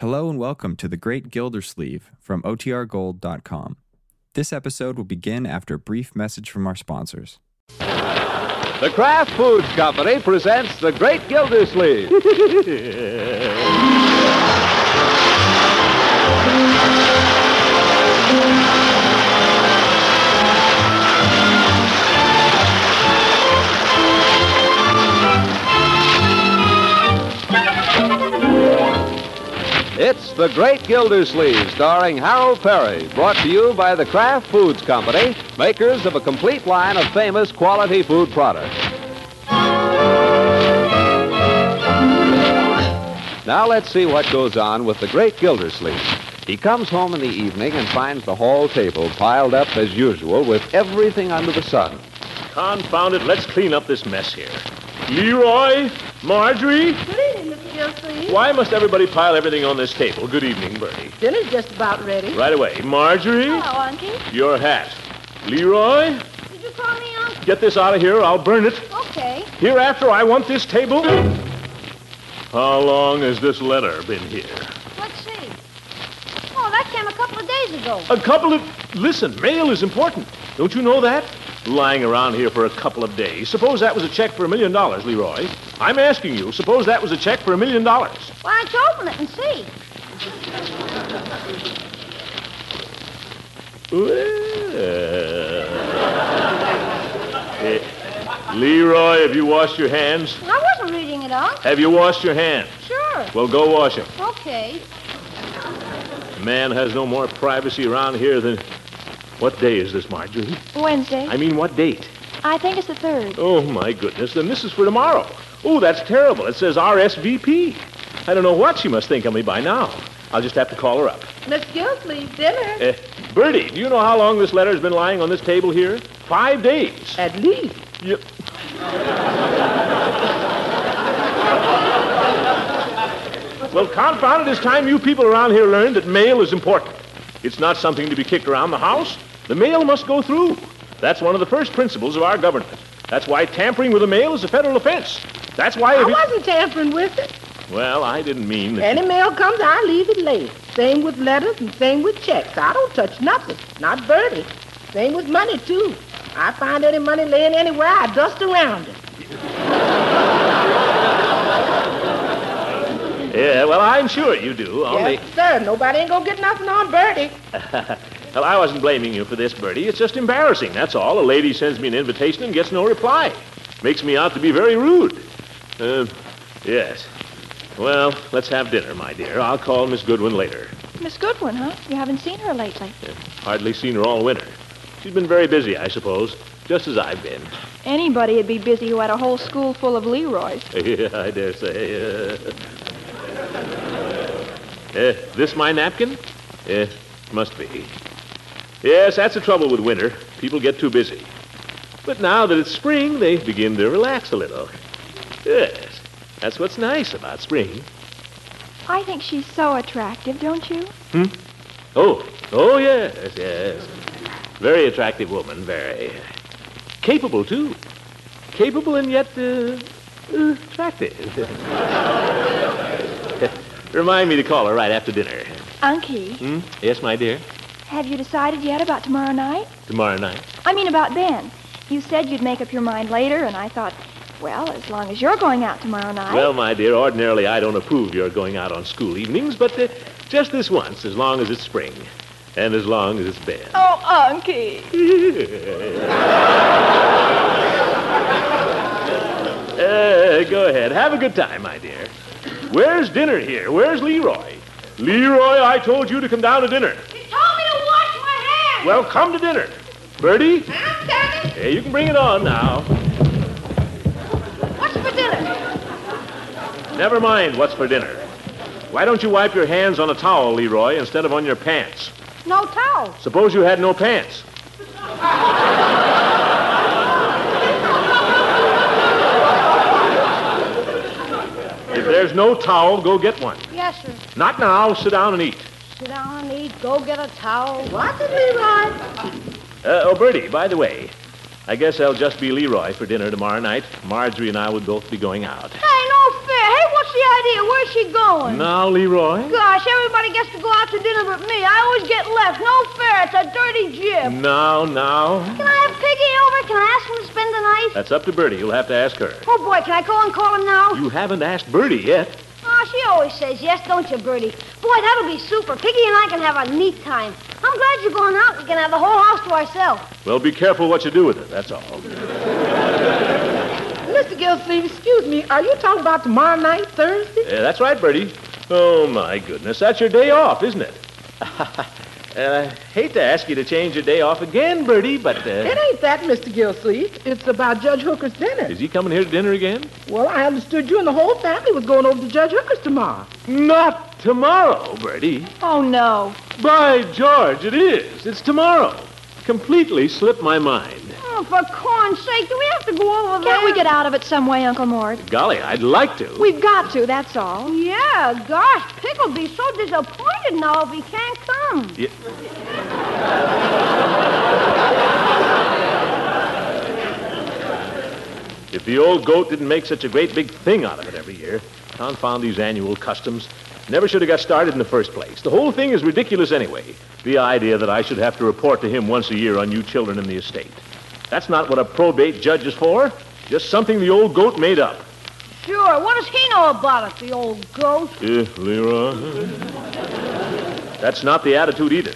Hello and welcome to The Great Gildersleeve from OTRGold.com. This episode will begin after a brief message from our sponsors. The Kraft Foods Company presents The Great Gildersleeve. It's The Great Gildersleeve, starring Harold Perry, brought to you by the Kraft Foods Company, makers of a complete line of famous quality food products. Now let's see what goes on with the great Gildersleeve. He comes home in the evening and finds the hall table piled up as usual with everything under the sun. Confound it, let's clean up this mess here. Leroy, Marjorie, Good evening, Mr. Gilsey. why must everybody pile everything on this table? Good evening, Bertie. Dinner's just about ready. Right away. Marjorie, Hello, Uncle. your hat. Leroy, Did you call me Uncle? get this out of here or I'll burn it. Okay. Hereafter, I want this table. How long has this letter been here? Let's see. Oh, that came a couple of days ago. A couple of. Listen, mail is important. Don't you know that? Lying around here for a couple of days. Suppose that was a check for a million dollars, Leroy. I'm asking you, suppose that was a check for a million dollars. Why don't you open it and see? Well. Eh, Leroy, have you washed your hands? I wasn't reading it, Unc. Have you washed your hands? Sure. Well, go wash them. Okay. Man has no more privacy around here than. What day is this, Marjorie? Wednesday. I mean, what date? I think it's the third. Oh, my goodness. Then this is for tomorrow. Oh, that's terrible. It says RSVP. I don't know what she must think of me by now. I'll just have to call her up. Miss Gilsleeve, dinner. Eh, Bertie, do you know how long this letter's been lying on this table here? Five days. At least. You... well, confound it, it's time you people around here learned that mail is important. It's not something to be kicked around the house. The mail must go through. That's one of the first principles of our government. That's why tampering with the mail is a federal offense. That's why. If I you... wasn't tampering with it. Well, I didn't mean that. Any mail comes, I leave it late. Same with letters and same with checks. I don't touch nothing. Not Bertie. Same with money, too. I find any money laying anywhere, I dust around it. Yeah, well, I'm sure you do. Only, Yes, sir. Nobody ain't gonna get nothing on Bertie. well, I wasn't blaming you for this, Bertie. It's just embarrassing. That's all. A lady sends me an invitation and gets no reply. Makes me out to be very rude. Uh, yes. Well, let's have dinner, my dear. I'll call Miss Goodwin later. Miss Goodwin, huh? You haven't seen her lately. Hardly seen her all winter. She's been very busy, I suppose, just as I've been. Anybody would be busy who had a whole school full of Leroys. yeah, I dare say. Uh... Eh, this my napkin? Eh, must be. Yes, that's the trouble with winter. People get too busy. But now that it's spring, they begin to relax a little. Yes, that's what's nice about spring. I think she's so attractive, don't you? Oh, oh yes, yes. Very attractive woman, very. Capable, too. Capable and yet uh, uh, attractive. Remind me to call her right after dinner. Unky, Hmm? Yes, my dear. have you decided yet about tomorrow night? Tomorrow night. I mean, about Ben. You said you'd make up your mind later, and I thought, well, as long as you're going out tomorrow night. Well, my dear, ordinarily I don't approve your going out on school evenings, but uh, just this once, as long as it's spring, and as long as it's Ben. Oh, Unky. Uh, go ahead. Have a good time, my dear. Where's dinner here? Where's Leroy? Leroy, I told you to come down to dinner. He told me to wash my hands. Well, come to dinner. Bertie, I'm coming. hey, you can bring it on now. What's for dinner? Never mind what's for dinner. Why don't you wipe your hands on a towel, Leroy, instead of on your pants? No towel. Suppose you had no pants. if there's no towel, go get one. Yes, sir. Not now. Sit down and eat. Sit down and eat. Go get a towel. Watch it, Leroy. Uh, oh, Bertie, by the way, I guess I'll just be Leroy for dinner tomorrow night. Marjorie and I would both be going out. Hey, no fair. Hey, what's the idea where she going. Now, Leroy. Gosh, everybody gets to go out to dinner but me. I always get left. No fair. It's a dirty jib. Now, now. Can I have Piggy over? Can I ask him to spend the night? That's up to Bertie. You'll have to ask her. Oh, boy, can I go and call him now? You haven't asked Bertie yet. Oh, she always says yes, don't you, Bertie? Boy, that'll be super. Piggy and I can have a neat time. I'm glad you're going out. We can have the whole house to ourselves. Well, be careful what you do with it, that's all. Mr. Gillsleeve, excuse me, are you talking about tomorrow night, Thursday? Yeah, that's right, Bertie. Oh, my goodness. That's your day off, isn't it? uh, hate to ask you to change your day off again, Bertie, but uh, It ain't that, Mr. Gillsleeve. It's about Judge Hooker's dinner. is he coming here to dinner again? Well, I understood you and the whole family was going over to Judge Hooker's tomorrow. Not tomorrow, Bertie. Oh, no. By George, it is. It's tomorrow. Completely slipped my mind. Oh, for corn's sake, do we have to go over there? Can't we get out of it some way, Uncle Mort? Golly, I'd like to. We've got to, that's all. Yeah, gosh, Pick'll be so disappointed now if he can't come. If the old goat didn't make such a great big thing out of it every year, confound these annual customs. Never should have got started in the first place. The whole thing is ridiculous anyway. The idea that I should have to report to him once a year on you children in the estate. That's not what a probate judge is for. Just something the old goat made up. Sure, what does he know about it, the old goat? Eh, Leroy? That's not the attitude either.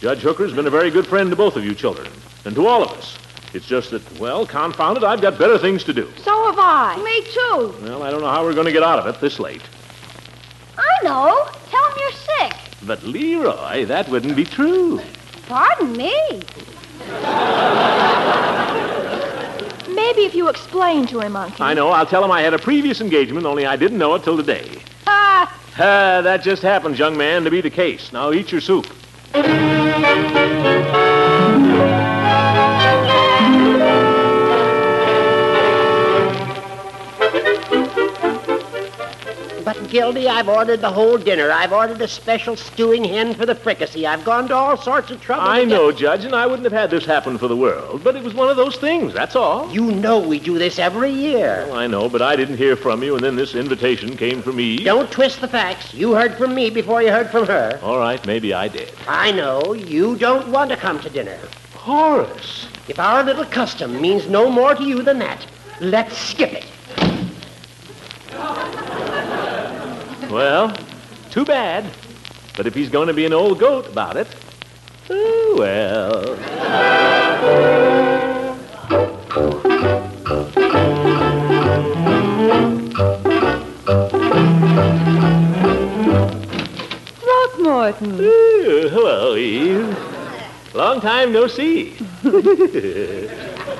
Judge Hooker's been a very good friend to both of you children, and to all of us. It's just that, well, confound it, I've got better things to do. So have I. Me too. Well, I don't know how we're going to get out of it this late. I know. Tell him you're sick. But Leroy, that wouldn't be true. Pardon me. Maybe if you explain to him, Uncle. I know. I'll tell him I had a previous engagement, only I didn't know it till today. Ah, Ah, that just happens, young man, to be the case. Now eat your soup. But, Gildy, I've ordered the whole dinner. I've ordered a special stewing hen for the fricassee. I've gone to all sorts of trouble. to I get- know, Judge, and I wouldn't have had this happen for the world, but it was one of those things, that's all. You know we do this every year. Well, I know, but I didn't hear from you, and then this invitation came from me. Don't twist the facts. You heard from me before you heard from her. All right, maybe I did. I know you don't want to come to dinner. Horace. If our little custom means no more to you than that, let's skip it. Well, too bad. But if he's going to be an old goat about it, oh, well. Throckmorton. Oh, hello, Eve. Long time no see.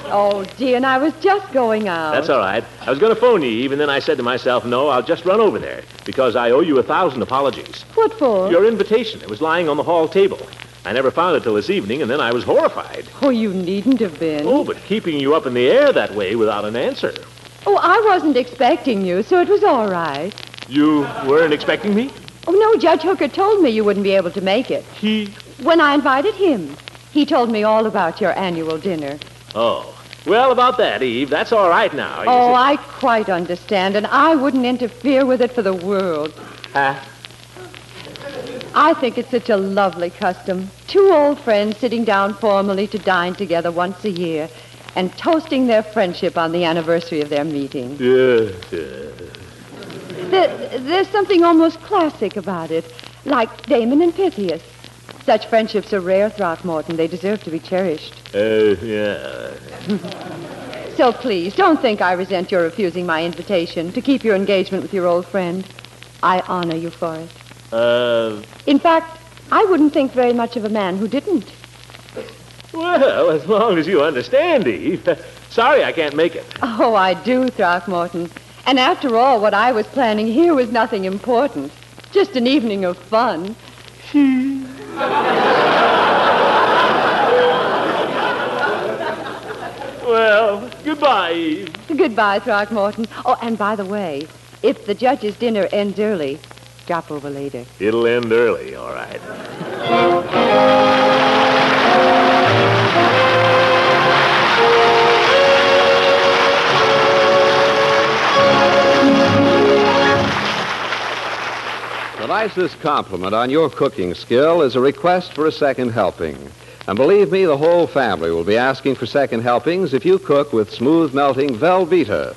Oh, gee, and I was just going out. That's all right. I was going to phone you, Eve, and then I said to myself, no, I'll just run over there because I owe you a thousand apologies. What for? Your invitation, it was lying on the hall table. I never found it till this evening, and then I was horrified. Oh, you needn't have been. Oh, but keeping you up in the air that way without an answer. Oh, I wasn't expecting you, so it was all right. You weren't expecting me? Oh, no, Judge Hooker told me you wouldn't be able to make it. He. When I invited him, he told me all about your annual dinner. Oh. Well, about that, Eve, that's all right now. You Oh, see- I quite understand, and I wouldn't interfere with it for the world. Huh? I think it's such a lovely custom. Two old friends sitting down formally to dine together once a year and toasting their friendship on the anniversary of their meeting. Yeah, yeah. There, there's something almost classic about it, like Damon and Pythias. Such friendships are rare, Throckmorton. They deserve to be cherished. Uh, yeah. So please, don't think I resent your refusing my invitation to keep your engagement with your old friend. I honor you for it. Uh, In fact, I wouldn't think very much of a man who didn't. well, as long as you understand, Eve. Sorry I can't make it. Oh, I do, Throckmorton. And after all, what I was planning here was nothing important. Just an evening of fun. Well, goodbye, Eve. Goodbye, Throckmorton. Oh, and by the way, if the judge's dinner ends early, drop over later. It'll end early, all right. nicest compliment on your cooking skill is a request for a second helping. And believe me, the whole family will be asking for second helpings if you cook with smooth melting Velveeta.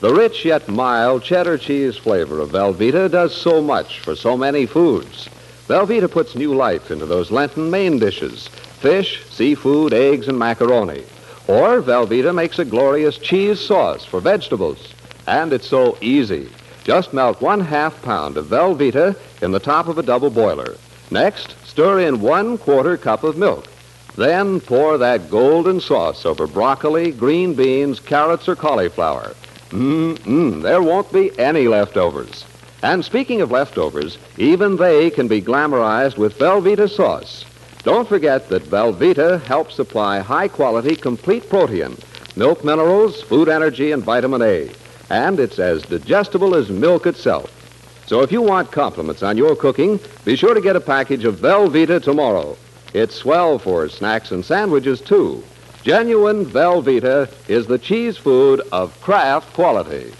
The rich yet mild cheddar cheese flavor of Velveeta does so much for so many foods. Velveeta puts new life into those Lenten main dishes fish, seafood, eggs, and macaroni. Or Velveeta makes a glorious cheese sauce for vegetables. And it's so easy. Just melt one half pound of Velveeta in the top of a double boiler. Next, stir in one quarter cup of milk. Then pour that golden sauce over broccoli, green beans, carrots, or cauliflower. Mm-mm, there won't be any leftovers. And speaking of leftovers, even they can be glamorized with Velveeta sauce. Don't forget that Velveeta helps supply high quality complete protein, milk minerals, food energy, and vitamin A. And it's as digestible as milk itself. So if you want compliments on your cooking, be sure to get a package of Velveeta tomorrow. It's swell for snacks and sandwiches, too. Genuine Velveeta is the cheese food of craft quality.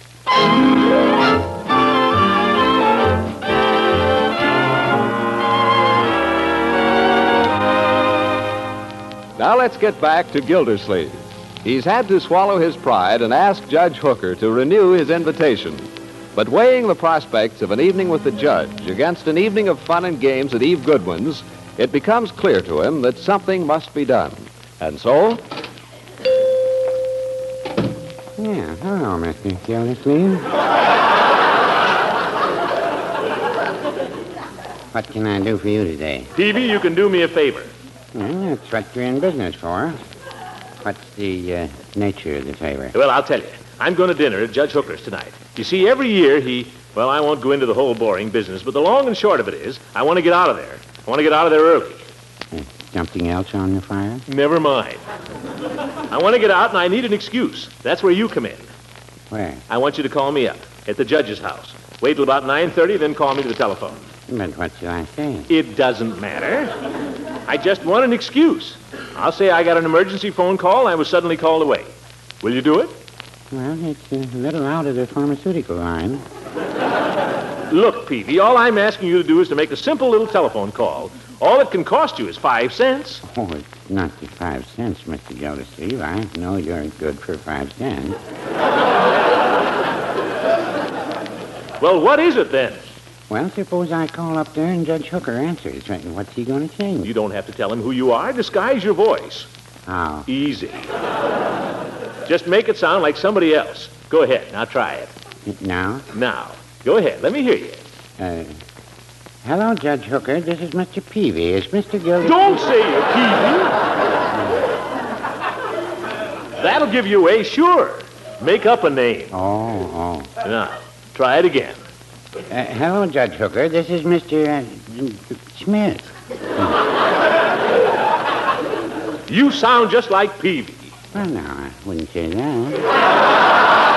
Now let's get back to Gildersleeve. He's had to swallow his pride and ask Judge Hooker to renew his invitation. But weighing the prospects of an evening with the judge against an evening of fun and games at Eve Goodwin's, it becomes clear to him that something must be done. And so, Yeah, hello, Mr. Gildersleeve. what can I do for you today? Peavy, you can do me a favor. Well, that's what you're in business for. What's the uh, nature of the favor? Well, I'll tell you. I'm going to dinner at Judge Hooker's tonight. You see, every year he. Well, I won't go into the whole boring business, but the long and short of it is, I want to get out of there. I want to get out of there early. Uh, Something else on the fire? Never mind. I want to get out and I need an excuse. That's where you come in. Where? I want you to call me up at the judge's house. Wait till about 9.30, then call me to the telephone. But what do I say? It doesn't matter. I just want an excuse. I'll say I got an emergency phone call and I was suddenly called away. Will you do it? Well, it's a little out of the pharmaceutical line. Look, Peavy, all I'm asking you to do is to make a simple little telephone call. All it can cost you is five cents. Oh, it's not the five cents, Mr. Gildersleeve. I know you're good for five cents. Well, what is it then? Well, suppose I call up there and Judge Hooker answers. Right, What's he going to say? You don't have to tell him who you are. Disguise your voice. How? Easy. Just make it sound like somebody else. Go ahead. Now try it. Now? Now. Go ahead. Let me hear you. Uh, hello, Judge Hooker. This is Mr. Peavy. Is Mr. Gildersleeve... Don't say you're Peavy. That'll give you away, sure. Make up a name. Oh, oh. Now, try it again. Uh, hello, Judge Hooker. This is Mr. Uh, Smith. You sound just like Peavy. Well, no, I wouldn't say that.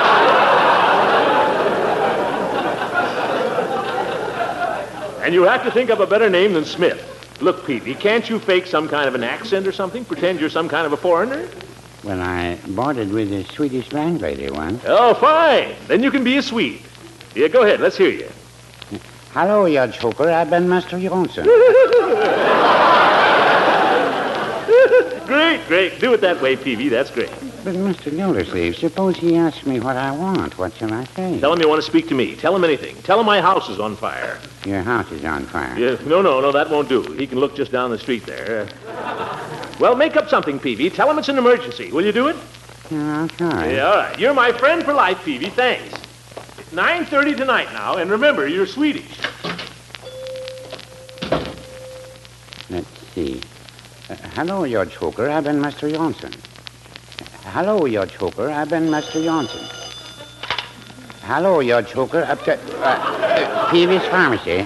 And you have to think up a better name than Smith. Look, Peavy, can't you fake some kind of an accent or something? Pretend you're some kind of a foreigner? Well, I boarded with a Swedish landlady once. Oh, fine. Then you can be a Swede. Yeah, go ahead. Let's hear you. Hello, Judge Hooker. I've been Mr. Johnson. Great, great. Do it that way, Peavy. That's great. but, Mr. Gildersleeve, suppose he asks me what I want. What shall I say? Tell him you want to speak to me. Tell him anything. Tell him my house is on fire. Your house is on fire. Yeah, no, no, no, that won't do. He can look just down the street there. Uh, well, make up something, Peavy. Tell him it's an emergency. Will you do it? Yeah, I'll try. Yeah, all right. You're my friend for life, Peavy. Thanks. 9.30 tonight now, and remember, you're Swedish. Let's see. Uh, hello, Judge Hooker. I've been Mr. Johnson. Hello, Judge Hooker. I've been Mr. Johnson. Hello, Judge Hooker. Up to uh, uh, Peavy's Pharmacy.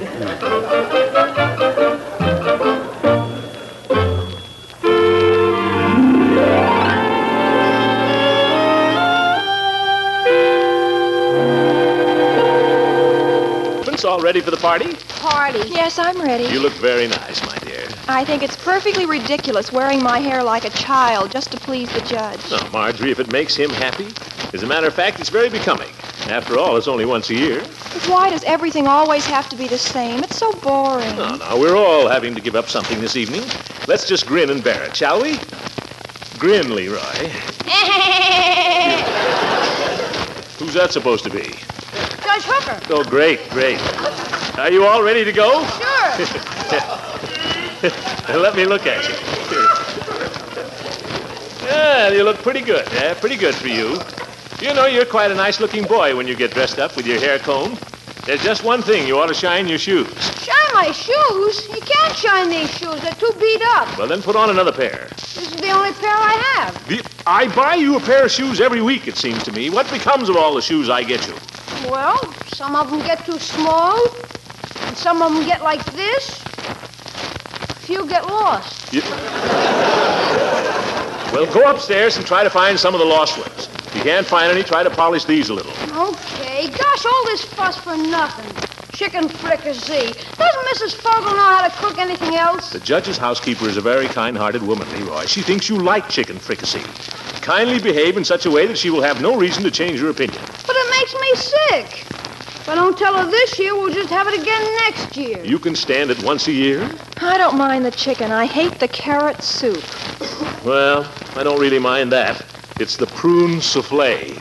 It's all ready for the party? Party. Yes, I'm ready. You look very nice, my dear. I think it's perfectly ridiculous wearing my hair like a child just to please the judge. Now, Marjorie, if it makes him happy, as a matter of fact, it's very becoming. After all, it's only once a year. But Why does everything always have to be the same? It's so boring. No, no, we're all having to give up something this evening. Let's just grin and bear it, shall we? Grin, Leroy. Who's that supposed to be? Judge Hooker. Oh, great, great. Are you all ready to go? Sure. Let me look at you. Yeah, you look pretty good. Yeah, pretty good for you. You know, you're quite a nice looking boy when you get dressed up with your hair combed. There's just one thing you ought to shine your shoes. Shine my shoes? You can't shine these shoes. They're too beat up. Well, then put on another pair. This is the only pair I have. The- I buy you a pair of shoes every week, it seems to me. What becomes of all the shoes I get you? Well, some of them get too small, and some of them get like this. A few get lost. You- Well, go upstairs and try to find some of the lost ones. If you can't find any, try to polish these a little. Okay, gosh, all this fuss for nothing. Chicken fricassee. Doesn't Mrs. Fogel know how to cook anything else? The judge's housekeeper is a very kind-hearted woman, Leroy. She thinks you like chicken fricassee. Kindly behave in such a way that she will have no reason to change her opinion. But it makes me sick. If I don't tell her this year, we'll just have it again next year. You can stand it once a year. I don't mind the chicken. I hate the carrot soup. Well, I don't really mind that. It's the prune souffle.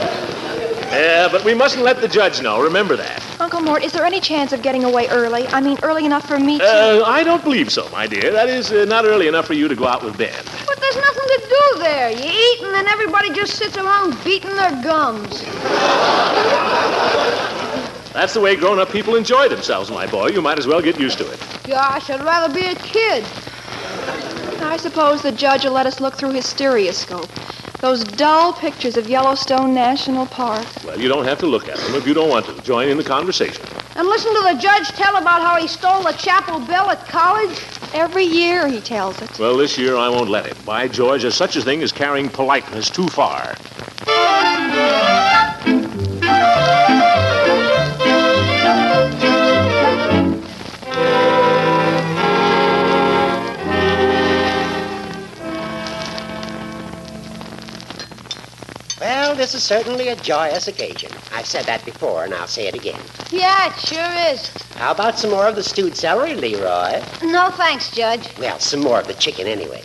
yeah, but we mustn't let the judge know. Remember that. Uncle Mort, is there any chance of getting away early? I mean, early enough for me to. Uh, I don't believe so, my dear. That is uh, not early enough for you to go out with Ben. But there's nothing to do there. You eat, and then everybody just sits around beating their gums. That's the way grown-up people enjoy themselves, my boy. You might as well get used to it. Gosh, I'd rather be a kid. I suppose the judge will let us look through his stereoscope. Those dull pictures of Yellowstone National Park. Well, you don't have to look at them if you don't want to. Join in the conversation. And listen to the judge tell about how he stole the chapel bell at college. Every year he tells it. Well, this year I won't let him. By George, there's such a thing as carrying politeness too far. Well, this is certainly a joyous occasion. I've said that before, and I'll say it again. Yeah, it sure is. How about some more of the stewed celery, Leroy? No thanks, Judge. Well, some more of the chicken, anyway.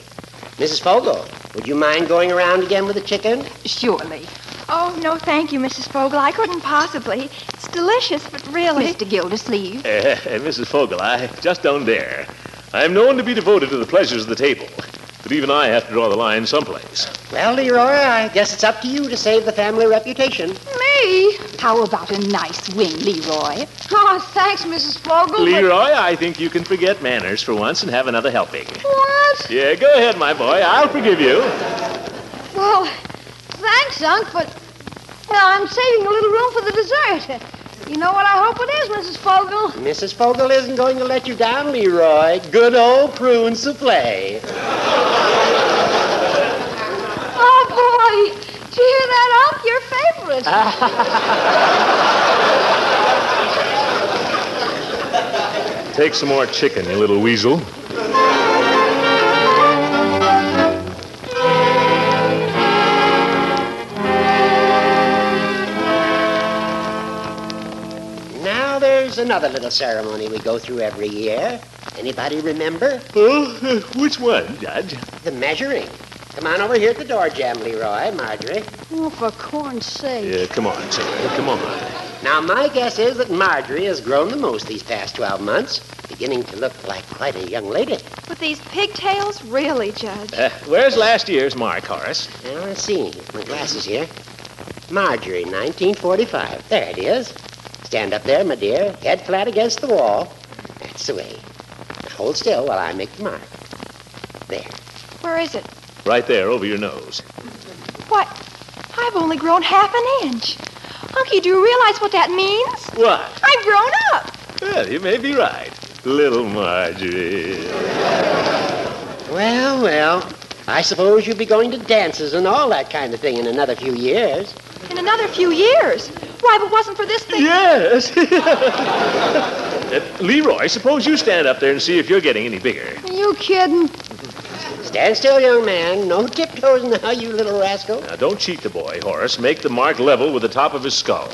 Mrs. Fogel, would you mind going around again with the chicken? Surely. Oh, no, thank you, Mrs. Fogel. I couldn't possibly. It's delicious, but really. Mr. Gildersleeve, Eh, Mrs. Fogel, I just don't dare. I am known to be devoted to the pleasures of the table, but even I have to draw the line someplace. Well, Leroy, I guess it's up to you to save the family reputation. Me? how about a nice wing, Leroy? Oh, thanks, Mrs. Fogel. but- Leroy, I think you can forget manners for once and have another helping. What? Yeah, go ahead, my boy. I'll forgive you. Well, thanks, Unc, but well, I'm saving a little room for the dessert. You know what I hope it is, Mrs. Fogel? Mrs. Fogel isn't going to let you down, Leroy. Good old prune souffle. Oh, boy. Did you hear that, Unc? Your favorite. Take some more chicken, you little weasel. Now there's another little ceremony we go through every year. Anybody remember? Oh, which one, Judge? The measuring. Come on over here at the door jam, Leroy, Marjorie. Oh, for corn's sake. Yeah, come on, Sarah. Come on. Now, my guess is that Marjorie has grown the most these past 12 months, beginning to look like quite a young lady. With these pigtails? Really, Judge? Uh, where's last year's mark, Horace? Now, let's see. My glasses here. Marjorie, 1945. There it is. Stand up there, my dear. Head flat against the wall. That's the way. Now, hold still while I make the mark. There. Where is it? Right there, over your nose. What? I've only grown half an inch. Unky, do you realize what that means? What? I've grown up. Well, you may be right. Little Marjorie. Well, well. I suppose you'll be going to dances and all that kind of thing in another few years. In another few years. Why, if it wasn't for this thing. Yes. Uh, Leroy, suppose you stand up there and see if you're getting any bigger. You kidding? Stand still, young man. No tiptoes now, you little rascal. Now, don't cheat the boy, Horace. Make the mark level with the top of his skull.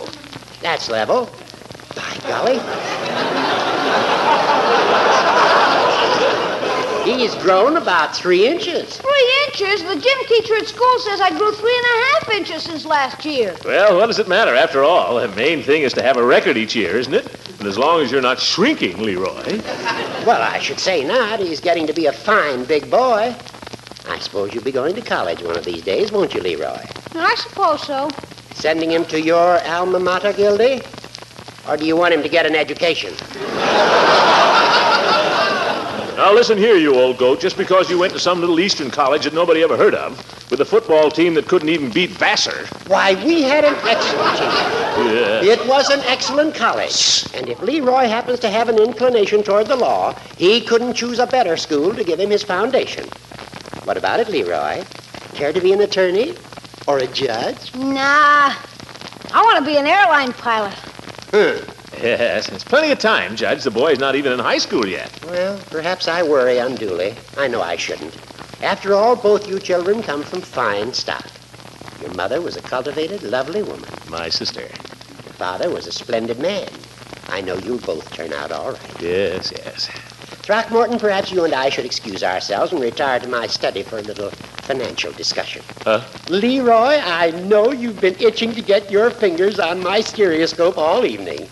That's level. By golly. He's grown about three inches. Three inches? The gym teacher at school says I grew three and a half inches since last year. Well, what does it matter? After all, the main thing is to have a record each year, isn't it? And as long as you're not shrinking, Leroy. Well, I should say not. He's getting to be a fine big boy. I suppose you'll be going to college one of these days, won't you, Leroy? I suppose so. Sending him to your alma mater, Gildy? Or do you want him to get an education? Now, listen here, you old goat. Just because you went to some little Eastern college that nobody ever heard of, with a football team that couldn't even beat Vassar. Why, we had an excellent team. Yeah. It was an excellent college. And if Leroy happens to have an inclination toward the law, he couldn't choose a better school to give him his foundation. What about it, Leroy? Care to be an attorney? Or a judge? Nah. I want to be an airline pilot. Hmm. Yes, it's plenty of time, Judge. The boy's not even in high school yet. Well, perhaps I worry unduly. I know I shouldn't. After all, both you children come from fine stock. Your mother was a cultivated, lovely woman. My sister. Your father was a splendid man. I know you'll both turn out all right. Yes, yes. Throckmorton, perhaps you and I should excuse ourselves and retire to my study for a little financial discussion. Huh? Leroy, I know you've been itching to get your fingers on my stereoscope all evening.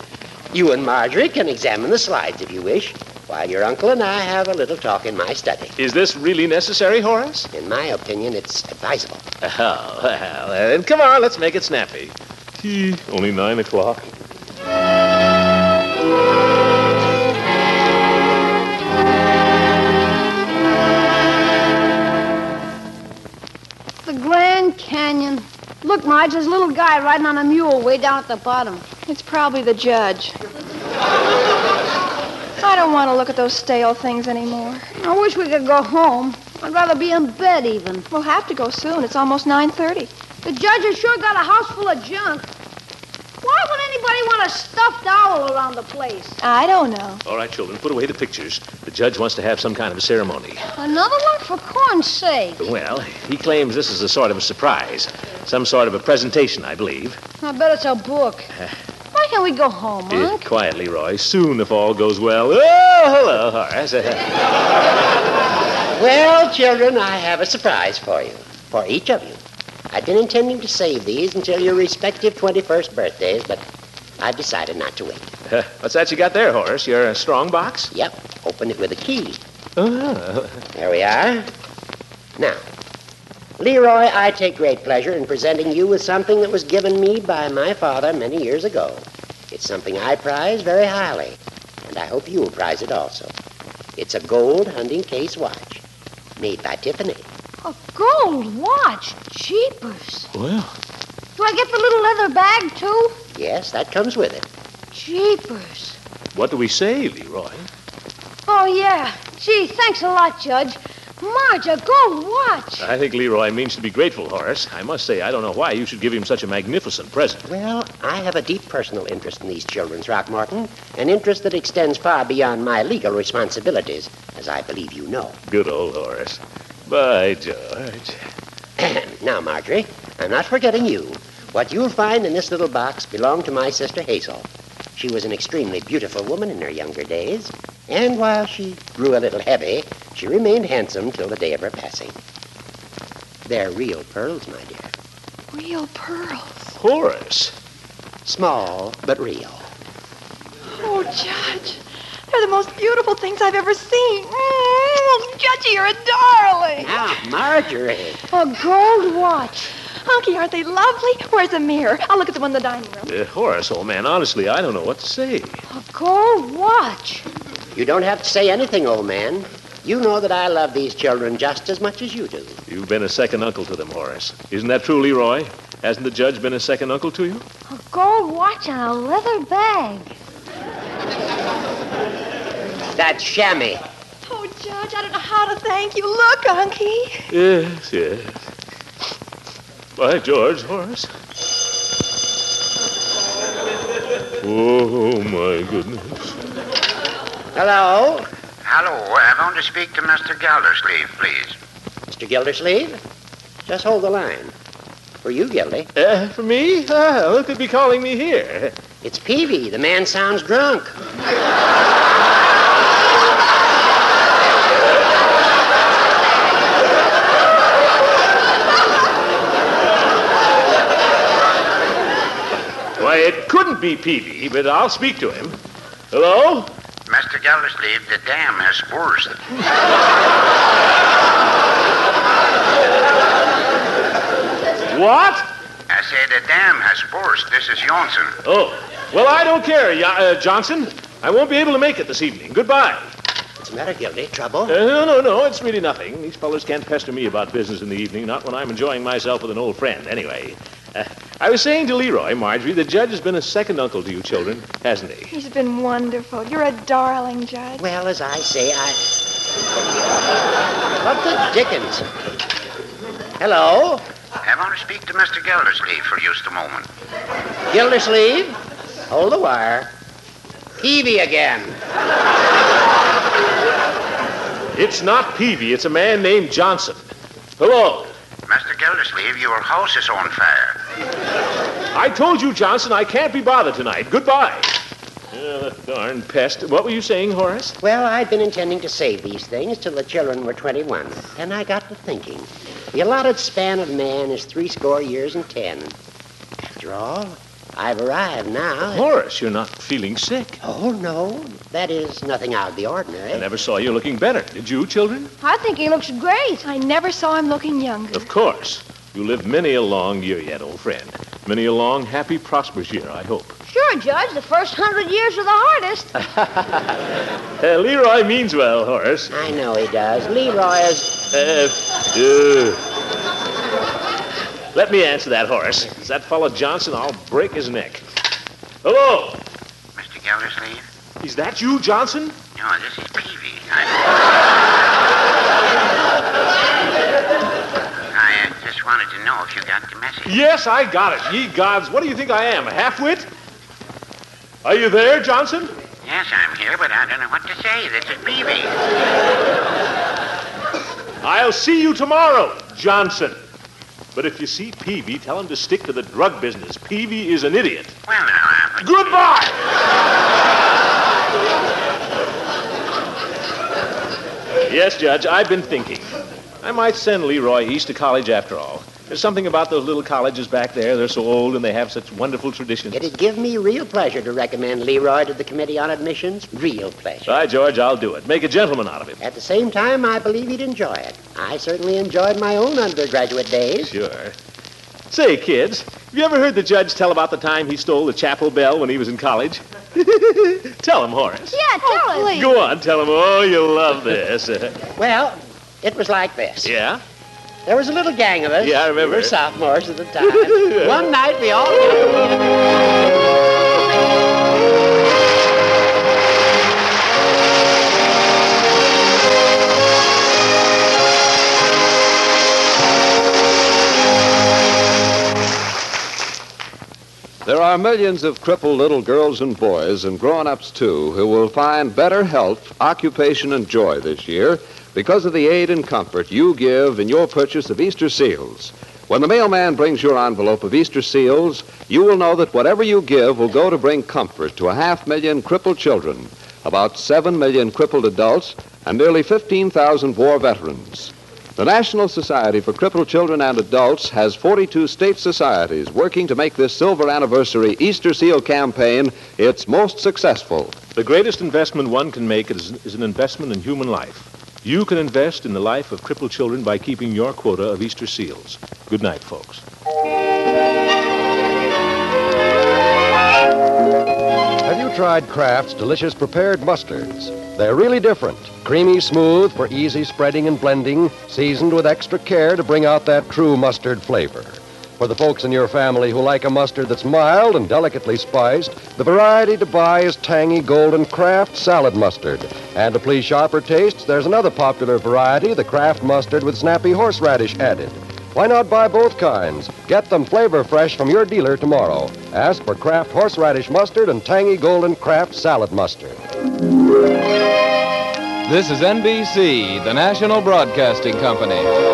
You and Marjorie can examine the slides if you wish, while your uncle and I have a little talk in my study. Is this really necessary, Horace? In my opinion, it's advisable. Oh, well, then come on, let's make it snappy. Only nine o'clock. The Grand Canyon. Look, Marge, there's a little guy riding on a mule way down at the bottom. It's probably the judge. I don't want to look at those stale things anymore. I wish we could go home. I'd rather be in bed even. We'll have to go soon. It's almost 9.30. The judge has sure got a house full of junk. Why would anybody want a stuffed owl around the place? I don't know. All right, children, put away the pictures. The judge wants to have some kind of a ceremony. Another one for corn's sake. Well, he claims this is a sort of a surprise. Some sort of a presentation, I believe. I bet it's a book. Why can't we go home, Eh, Unc? quietly, Roy. Soon, if all goes well. Oh, hello, Horace. Well, children, I have a surprise for you. For each of you. I've been intending to save these until your respective 21st birthdays, but I've decided not to wait. Uh, What's that you got there, Horace? Your uh, strong box? Yep, open it with a key. Oh, There we are. Now, Leroy, I take great pleasure in presenting you with something that was given me by my father many years ago. It's something I prize very highly, and I hope you will prize it also. It's a gold hunting case watch, made by Tiffany. A gold watch. Jeepers. well. Do I get the little leather bag, too? Yes, that comes with it. Jeepers. What do we say, Leroy? Oh, yeah. Gee, thanks a lot, Judge. Marge, a gold watch. I think Leroy means to be grateful, Horace. I must say, I don't know why you should give him such a magnificent present. Well, I have a deep personal interest in these children, Throckmorton, an interest that extends far beyond my legal responsibilities, as I believe you know. Good old Horace. By George. now, Marjorie, I'm not forgetting you. What you'll find in this little box belonged to my sister Hazel. She was an extremely beautiful woman in her younger days, and while she grew a little heavy, she remained handsome till the day of her passing. They're real pearls, my dear. Real pearls. Horace? Small, but real. Oh, Judge. They're the most beautiful things I've ever seen. Mm, Judgy, you're a darling. Now, Marjorie. A gold watch. Honky, aren't they lovely? Where's the mirror? I'll look at the one in the dining room. Uh, Horace, old man, honestly, I don't know what to say. A gold watch. You don't have to say anything, old man. You know that I love these children just as much as you do. You've been a second uncle to them, Horace. Isn't that true, Leroy? Hasn't the judge been a second uncle to you? A gold watch and a leather bag. That's shammy. Oh, Judge, I don't know how to thank you. Look, Unky. Yes, yes. By George, Horace. Oh, my goodness. Hello? Hello, I want to speak to Mr. Gildersleeve, please. Mr. Gildersleeve, just hold the line. For you, Gildy. Uh, for me? Ah, who could be calling me here? It's Peavy. The man sounds drunk. Why, it couldn't be Peavy, but I'll speak to him. Hello? Mr. Gildersleeve, the dam has burst. What? I say the dam has burst. This is Johnson. Oh. Well, I don't care, Ya- uh, Johnson. I won't be able to make it this evening. Goodbye. What's the matter, Gildy? Trouble? Uh, no, no, no. It's really nothing. These fellows can't pester me about business in the evening, not when I'm enjoying myself with an old friend, anyway. Uh, I was saying to Leroy, Marjorie, the judge has been a second uncle to you children, hasn't he? He's been wonderful. You're a darling, Judge. Well, as I say, I. What the dickens? Hello? I want to speak to Mr. Gildersleeve for just a moment. Gildersleeve? Hold the wire. Peavy again. It's not Peavy. It's a man named Johnson. Hello. Mr. Gildersleeve, your house is on fire. I told you, Johnson, I can't be bothered tonight. Goodbye. Uh, the darn pest. What were you saying, Horace? Well, I'd been intending to save these things till the children were 21. Then I got to thinking. The allotted span of man is three score years and ten. After all, I've arrived now. Horace, you're not feeling sick. Oh, no. That is nothing out of the ordinary. I never saw you looking better. Did you, children? I think he looks great. I never saw him looking younger. Of course. You live many a long year yet, old friend. Many a long, happy, prosperous year, I hope. Sure, Judge, the first hundred years are the hardest. Uh, Leroy means well, Horace. I know he does. Leroy is. Uh, uh. Let me answer that, Horace. Is that fellow Johnson? I'll break his neck. Hello. Mr. Gildersleeve? Is that you, Johnson? No, Oh, this is Peavy. I... I uh, just wanted to know if you got the message. Yes, I got it. Ye gods, what do you think I am, a halfwit? Are you there, Johnson? Yes, I'm here, but I don't know what to say. This is Peavy. I'll see you tomorrow, Johnson. But if you see Peavy, tell him to stick to the drug business. Peavy is an idiot. Well, now, I'm... Goodbye! yes, Judge, I've been thinking. I might send Leroy East to college after all. There's something about those little colleges back there. They're so old and they have such wonderful traditions. It'd give me real pleasure to recommend Leroy to the Committee on Admissions. Real pleasure. By George, I'll do it. Make a gentleman out of him. At the same time, I believe he'd enjoy it. I certainly enjoyed my own undergraduate days. Sure. Say, kids, have you ever heard the judge tell about the time he stole the chapel bell when he was in college? tell him, Horace. Yeah, tell Oh, him. Go on, tell him. Oh, you'll love this. Well, it was like this. yeah? There was a little gang of us. Yeah, I remember. We were sophomores at the time. One night we all got together. There are millions of crippled little girls and boys, and grown ups too, who will find better health, occupation, and joy this year because of the aid and comfort you give in your purchase of Easter seals. When the mailman brings your envelope of Easter seals, you will know that whatever you give will go to bring comfort to a half million crippled children, about seven million crippled adults, and nearly 15,000 war veterans. The National Society for Crippled Children and Adults has 42 state societies working to make this silver anniversary Easter Seal campaign its most successful. The greatest investment one can make is, is an investment in human life. You can invest in the life of crippled children by keeping your quota of Easter seals. Good night, folks. Have you tried Kraft's delicious prepared mustards? They're really different. Creamy smooth for easy spreading and blending, seasoned with extra care to bring out that true mustard flavor. For the folks in your family who like a mustard that's mild and delicately spiced, the variety to buy is tangy golden Kraft salad mustard. And to please sharper tastes, there's another popular variety, the Kraft mustard with snappy horseradish added. Why not buy both kinds? Get them flavor fresh from your dealer tomorrow. Ask for Kraft horseradish mustard and tangy golden Kraft salad mustard. This is NBC, the national broadcasting company.